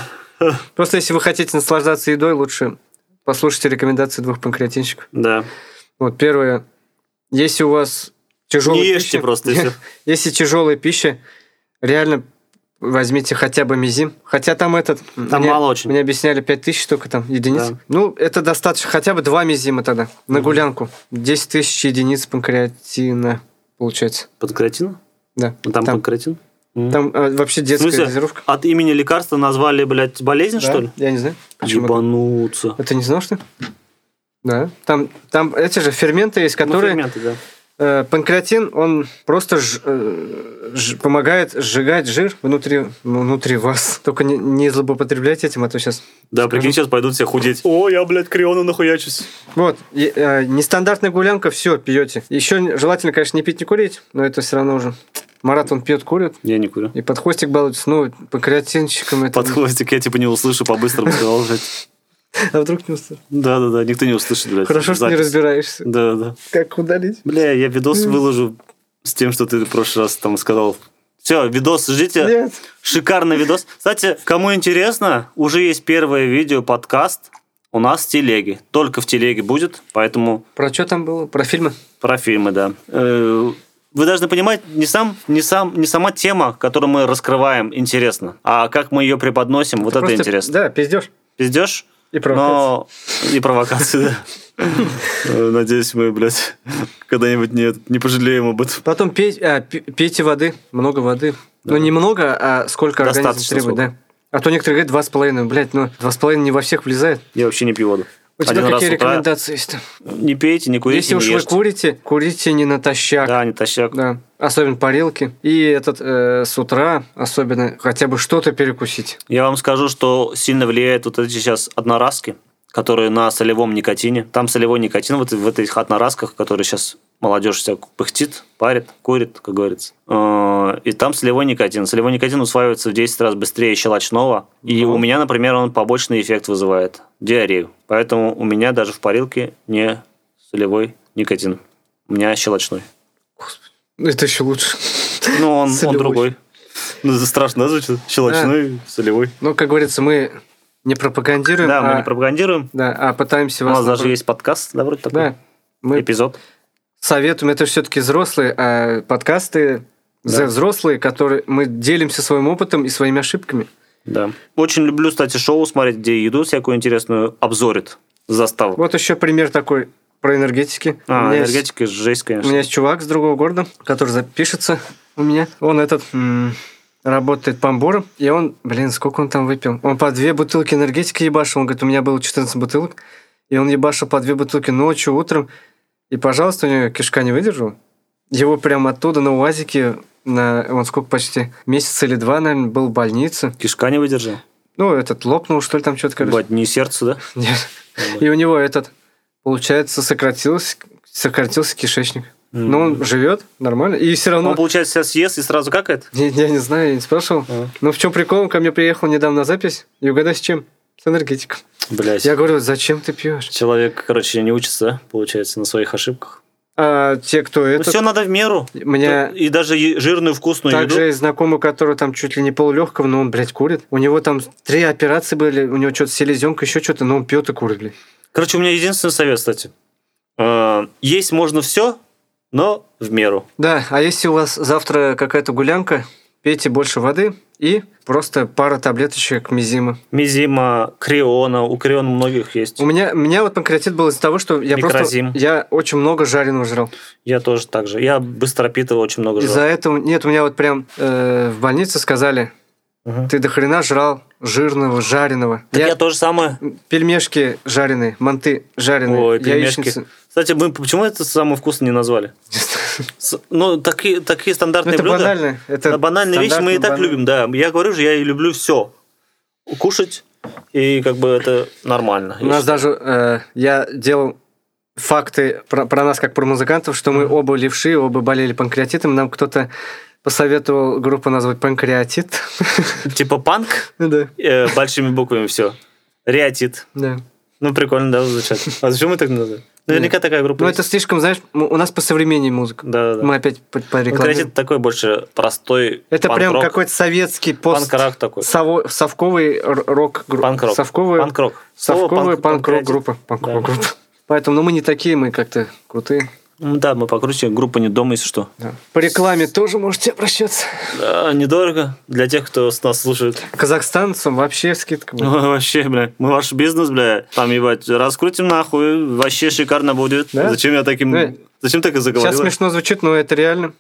[SPEAKER 4] Просто если вы хотите наслаждаться едой, лучше послушайте рекомендации двух панкреатинщиков.
[SPEAKER 3] Да.
[SPEAKER 4] Вот первое, если у вас тяжелая
[SPEAKER 3] Не ешьте
[SPEAKER 4] пища-
[SPEAKER 3] просто, и всё.
[SPEAKER 4] Если тяжелая пища, реально возьмите хотя бы мизим. Хотя там этот...
[SPEAKER 3] Там мало очень.
[SPEAKER 4] Мне объясняли 5000 только там единиц.
[SPEAKER 3] Да.
[SPEAKER 4] Ну, это достаточно. Хотя бы два мизима тогда на гулянку. 10 тысяч единиц панкреатина получается.
[SPEAKER 3] Панкреатин?
[SPEAKER 4] Да.
[SPEAKER 3] Ну, Там,
[SPEAKER 4] там,
[SPEAKER 3] панкреатин? М.
[SPEAKER 4] там, э, вообще
[SPEAKER 3] В
[SPEAKER 4] детская
[SPEAKER 3] смысле,
[SPEAKER 4] дозировка.
[SPEAKER 3] от имени лекарства назвали, блядь, болезнь,
[SPEAKER 4] Да,
[SPEAKER 3] что ли?
[SPEAKER 4] Я не знаю. Почему?
[SPEAKER 3] Ебануться.
[SPEAKER 4] Это не знал, что ли? Да. Там, там эти же ферменты есть,
[SPEAKER 3] Ну,
[SPEAKER 4] которые...
[SPEAKER 3] ферменты, да.
[SPEAKER 4] Э, Панкреатин, он просто ж- э, ж- помогает сжигать жир внутри, внутри вас. Только не, не злоупотребляйте этим, а то сейчас...
[SPEAKER 3] Да, прикинь, сейчас пойдут все худеть. О, я, блядь, Криону нахуячусь.
[SPEAKER 4] Вот, и, э, нестандартная гулянка, все, пьете. Еще желательно, конечно, не пить, не курить, но это все равно уже... Марат, он пьет, курит,
[SPEAKER 3] Я не курю.
[SPEAKER 4] и под хвостик балуется. Ну, панкреатинщикам это...
[SPEAKER 3] Под хвостик я типа не услышу, по-быстрому сказал, блядь.
[SPEAKER 4] А вдруг не услышишь?
[SPEAKER 3] Да-да-да, никто не услышит, блядь.
[SPEAKER 4] Хорошо, что не
[SPEAKER 3] Запись.
[SPEAKER 4] разбираешься.
[SPEAKER 3] Да-да-да.
[SPEAKER 4] Как удалить?
[SPEAKER 3] Бля, я видос выложу с тем, что ты в прошлый раз там сказал. Все, видос, ждите.
[SPEAKER 4] Нет.
[SPEAKER 3] Шикарный видос. Кстати, кому интересно, уже есть первое видео, подкаст у нас в телеге. Только в телеге будет, поэтому
[SPEAKER 4] Про что там было? Про фильмы?
[SPEAKER 3] про фильмы, да. Э, Вы должны понимать, не, сам, не, сам, не сама тема, которую мы раскрываем, интересна, а как мы ее преподносим, вот это
[SPEAKER 4] Просто-
[SPEAKER 3] интересно.
[SPEAKER 4] Да, пиздешь.
[SPEAKER 3] Пиздешь?
[SPEAKER 4] И провокация.
[SPEAKER 3] Но... И провокации, да. Э, Надеюсь, мы, блядь, когда-нибудь не, не пожалеем об этом.
[SPEAKER 4] Потом пей- а, пи- пейте воды, много воды. Ну, не много, а сколько организм
[SPEAKER 3] Достаточно
[SPEAKER 4] требует, да. А то некоторые говорят, два с половиной, блядь, ну, два с половиной не во всех влезает.
[SPEAKER 3] Я вообще не пью воду.
[SPEAKER 4] У тебя
[SPEAKER 3] Один раз
[SPEAKER 4] какие
[SPEAKER 3] с утра.
[SPEAKER 4] рекомендации есть-то?
[SPEAKER 3] Не пейте, не курите,
[SPEAKER 4] Если
[SPEAKER 3] не
[SPEAKER 4] уж вы
[SPEAKER 3] ешьте.
[SPEAKER 4] курите, курите не натощак.
[SPEAKER 3] Да, не тащак.
[SPEAKER 4] Да. Особенно парилки. И этот э, с утра особенно хотя бы что-то перекусить.
[SPEAKER 3] Я вам скажу, что сильно влияет вот эти сейчас одноразки, которые на солевом никотине. Там солевой никотин вот в этих одноразках, которые сейчас молодежь вся пыхтит, парит, курит, как говорится. Э, И там солевой никотин. Солевой никотин усваивается в 10 раз быстрее щелочного. И у меня, например, он побочный эффект вызывает. Диарею. Поэтому у меня даже в парилке не солевой никотин. У меня щелочной.
[SPEAKER 4] Ну, Это еще лучше.
[SPEAKER 3] Ну, он, он
[SPEAKER 4] Солевой.
[SPEAKER 3] другой. Ну, это страшно, да, звучит? Щелочной, солевой.
[SPEAKER 4] Но, Ну, как говорится, мы не пропагандируем,
[SPEAKER 3] Да, мы
[SPEAKER 4] а,
[SPEAKER 3] не пропагандируем.
[SPEAKER 4] да, а пытаемся
[SPEAKER 3] У
[SPEAKER 4] вас...
[SPEAKER 3] нас даже
[SPEAKER 4] направ-
[SPEAKER 3] есть подкаст, да, вроде такой?
[SPEAKER 4] Да, мы
[SPEAKER 3] Эпизод.
[SPEAKER 4] советуем, это все-таки взрослые, а подкасты за
[SPEAKER 3] Да.
[SPEAKER 4] взрослые, которые мы делимся своим опытом и своими ошибками.
[SPEAKER 3] Да. Очень люблю, кстати, шоу смотреть, где еду всякую интересную обзорит. Заставу.
[SPEAKER 4] Вот еще пример такой про энергетики. у,
[SPEAKER 3] А,
[SPEAKER 4] меня есть,
[SPEAKER 3] энергетика жесть,
[SPEAKER 4] у
[SPEAKER 3] конечно.
[SPEAKER 4] меня есть чувак с другого города, который запишется у меня. Он этот м, работает помбором, и он, блин, сколько он там выпил? Он по две бутылки энергетики ебашил. Он говорит, у меня было 14 бутылок, и он ебашил по две бутылки ночью, утром. И, пожалуйста, у него кишка не выдержала. Его прям оттуда на УАЗике на, он сколько почти, месяц или два, наверное, был в больнице.
[SPEAKER 3] Кишка не выдержал.
[SPEAKER 4] Ну, этот лопнул, что ли, там что-то, короче.
[SPEAKER 3] Бать, не сердце, да?
[SPEAKER 4] Нет. И у него этот, получается, сократился, сократился кишечник. Но он живет нормально. И все равно...
[SPEAKER 3] Он, получается, себя съест и сразу какает?
[SPEAKER 4] Я, я не знаю, я не спрашивал.
[SPEAKER 3] А.
[SPEAKER 4] Но в чем прикол? Он ко мне приехал недавно на запись. И угадай, с чем? С энергетиком.
[SPEAKER 3] Блять.
[SPEAKER 4] Я говорю, зачем ты пьешь?
[SPEAKER 3] Человек, короче, не учится, получается, на своих ошибках.
[SPEAKER 4] А те, кто это...
[SPEAKER 3] Все надо в меру.
[SPEAKER 4] У меня
[SPEAKER 3] И даже е- жирную вкусную
[SPEAKER 4] также
[SPEAKER 3] еду.
[SPEAKER 4] есть знакомый, который там чуть ли не полулегкого, но он, блядь, курит. У него там три операции были, у него что-то селезенка, еще что-то, но он пьет и курит, блядь.
[SPEAKER 3] Короче, у меня единственный совет, кстати. Э, Есть можно все, но в меру.
[SPEAKER 4] Да, а если у вас завтра какая-то гулянка, пейте больше воды и просто пара таблеточек мизима.
[SPEAKER 3] Мизима, Криона. У Криона многих есть.
[SPEAKER 4] У меня, у меня вот панкреатит был из-за того, что я
[SPEAKER 3] Микрозим.
[SPEAKER 4] просто... Я очень много жареного жрал.
[SPEAKER 3] Я тоже так же. Я быстро питывал очень много
[SPEAKER 4] Из-за
[SPEAKER 3] жира.
[SPEAKER 4] этого... Нет, у меня вот прям э, в больнице сказали,
[SPEAKER 3] Мгм.
[SPEAKER 4] ты до хрена жрал жирного, жареного.
[SPEAKER 3] Так
[SPEAKER 4] я...
[SPEAKER 3] я то же самое.
[SPEAKER 4] Пельмешки жареные, манты жареные,
[SPEAKER 3] Ой, пельмешки.
[SPEAKER 4] яичницы. Ну,
[SPEAKER 3] Кстати, мы почему это самое вкусное не назвали? С- Ну, такие, такие
[SPEAKER 4] Ну,
[SPEAKER 3] стандартные
[SPEAKER 4] это
[SPEAKER 3] блюда.
[SPEAKER 4] банально. Это
[SPEAKER 3] Да, банальные вещи мы и так
[SPEAKER 4] стандартно
[SPEAKER 3] любим, да. Я говорю же, я и люблю все. Кушать, и как бы это нормально.
[SPEAKER 4] У нас даже... э, я делал факты про, про нас, как про музыкантов, что мы оба левши, оба болели панкреатитом. Нам кто-то посоветовал группу назвать «Панкреатит».
[SPEAKER 3] Типа панк
[SPEAKER 4] Ну Да,
[SPEAKER 3] э, большими буквами все. Реатит.
[SPEAKER 4] да.
[SPEAKER 3] Ну, прикольно, да, звучат. А зачем мы так называем? Наверняка такая группа
[SPEAKER 4] Ну,
[SPEAKER 3] есть.
[SPEAKER 4] это слишком, знаешь, м- у нас по современнее музыка.
[SPEAKER 3] Да, да, да.
[SPEAKER 4] Мы опять по- порекламируем.
[SPEAKER 3] Реатит такой больше простой
[SPEAKER 4] Это прям
[SPEAKER 3] панк-рок.
[SPEAKER 4] какой-то советский пост.
[SPEAKER 3] Панк-рок такой.
[SPEAKER 4] сово- совковый р- рок группа.
[SPEAKER 3] Панк-рок.
[SPEAKER 4] Совковый,
[SPEAKER 3] Панк-рок. Слово
[SPEAKER 4] совковая
[SPEAKER 3] панк-
[SPEAKER 4] панк-рок
[SPEAKER 3] панкреатит.
[SPEAKER 4] группа. Панк-рок
[SPEAKER 3] Да.
[SPEAKER 4] группа. Поэтому, ну, мы не такие, мы как-то крутые.
[SPEAKER 3] М, Да, мы покруче. Группа не дома, если что.
[SPEAKER 4] Да. По рекламе тоже можете обращаться.
[SPEAKER 3] Да, недорого для тех, кто с нас слушает.
[SPEAKER 4] Казахстанцам вообще скидка
[SPEAKER 3] Ну,
[SPEAKER 4] будет.
[SPEAKER 3] Вообще, бля, мы ваш бизнес, бля, там, ебать, раскрутим нахуй, вообще шикарно будет.
[SPEAKER 4] Да?
[SPEAKER 3] Зачем я таким...
[SPEAKER 4] Да.
[SPEAKER 3] Зачем так и заговорил?
[SPEAKER 4] Сейчас смешно звучит, но это реально.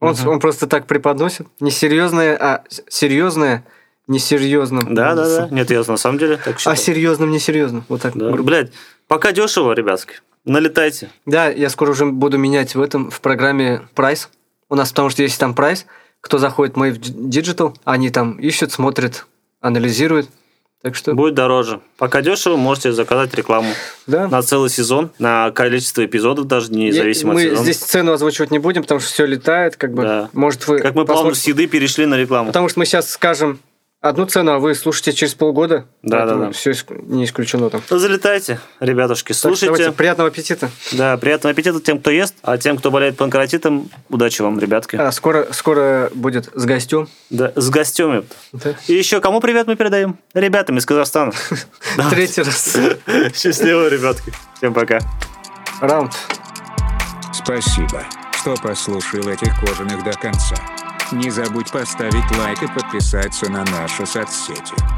[SPEAKER 4] Он, с- он просто так преподносит. Не серьезное, а с- серьезное несерьезным.
[SPEAKER 3] Да, да, да. Нет, я на самом деле так
[SPEAKER 4] А
[SPEAKER 3] считаю.
[SPEAKER 4] серьезным несерьезным. Вот так.
[SPEAKER 3] Да.
[SPEAKER 4] грубо.
[SPEAKER 3] Блядь, пока дешево, ребятки. Налетайте.
[SPEAKER 4] Да, я скоро уже буду менять в этом, в программе прайс. У нас, потому что есть там прайс, кто заходит в Mave Digital, они там ищут, смотрят, анализируют. Так что,
[SPEAKER 3] Будет дороже. Пока дешево, можете заказать рекламу
[SPEAKER 4] да.
[SPEAKER 3] на целый сезон, на количество эпизодов даже, независимо
[SPEAKER 4] мы
[SPEAKER 3] от сезона.
[SPEAKER 4] здесь цену озвучивать не будем, потому что все летает, как бы.
[SPEAKER 3] Да.
[SPEAKER 4] Может, вы
[SPEAKER 3] Как мы плавно
[SPEAKER 4] посмотрите-
[SPEAKER 3] с еды перешли на рекламу.
[SPEAKER 4] Потому что мы сейчас скажем одну цену, а вы слушаете через полгода.
[SPEAKER 3] Да, да, да.
[SPEAKER 4] Все не исключено там.
[SPEAKER 3] Ну, Залетайте, ребятушки,
[SPEAKER 4] Так что
[SPEAKER 3] слушайте.
[SPEAKER 4] давайте, приятного аппетита.
[SPEAKER 3] Да, приятного аппетита тем, кто ест, а тем, кто болеет панкратитом, удачи вам, ребятки.
[SPEAKER 4] А, скоро, скоро будет с гостем.
[SPEAKER 3] Да, с гостями.
[SPEAKER 4] Да.
[SPEAKER 3] И еще кому привет мы передаем? Ребятам из Казахстана.
[SPEAKER 4] Третий раз.
[SPEAKER 3] Счастливо, ребятки. Всем пока.
[SPEAKER 4] Раунд.
[SPEAKER 2] Спасибо, что послушал этих кожаных до конца. Не забудь поставить лайк и подписаться на наши соцсети.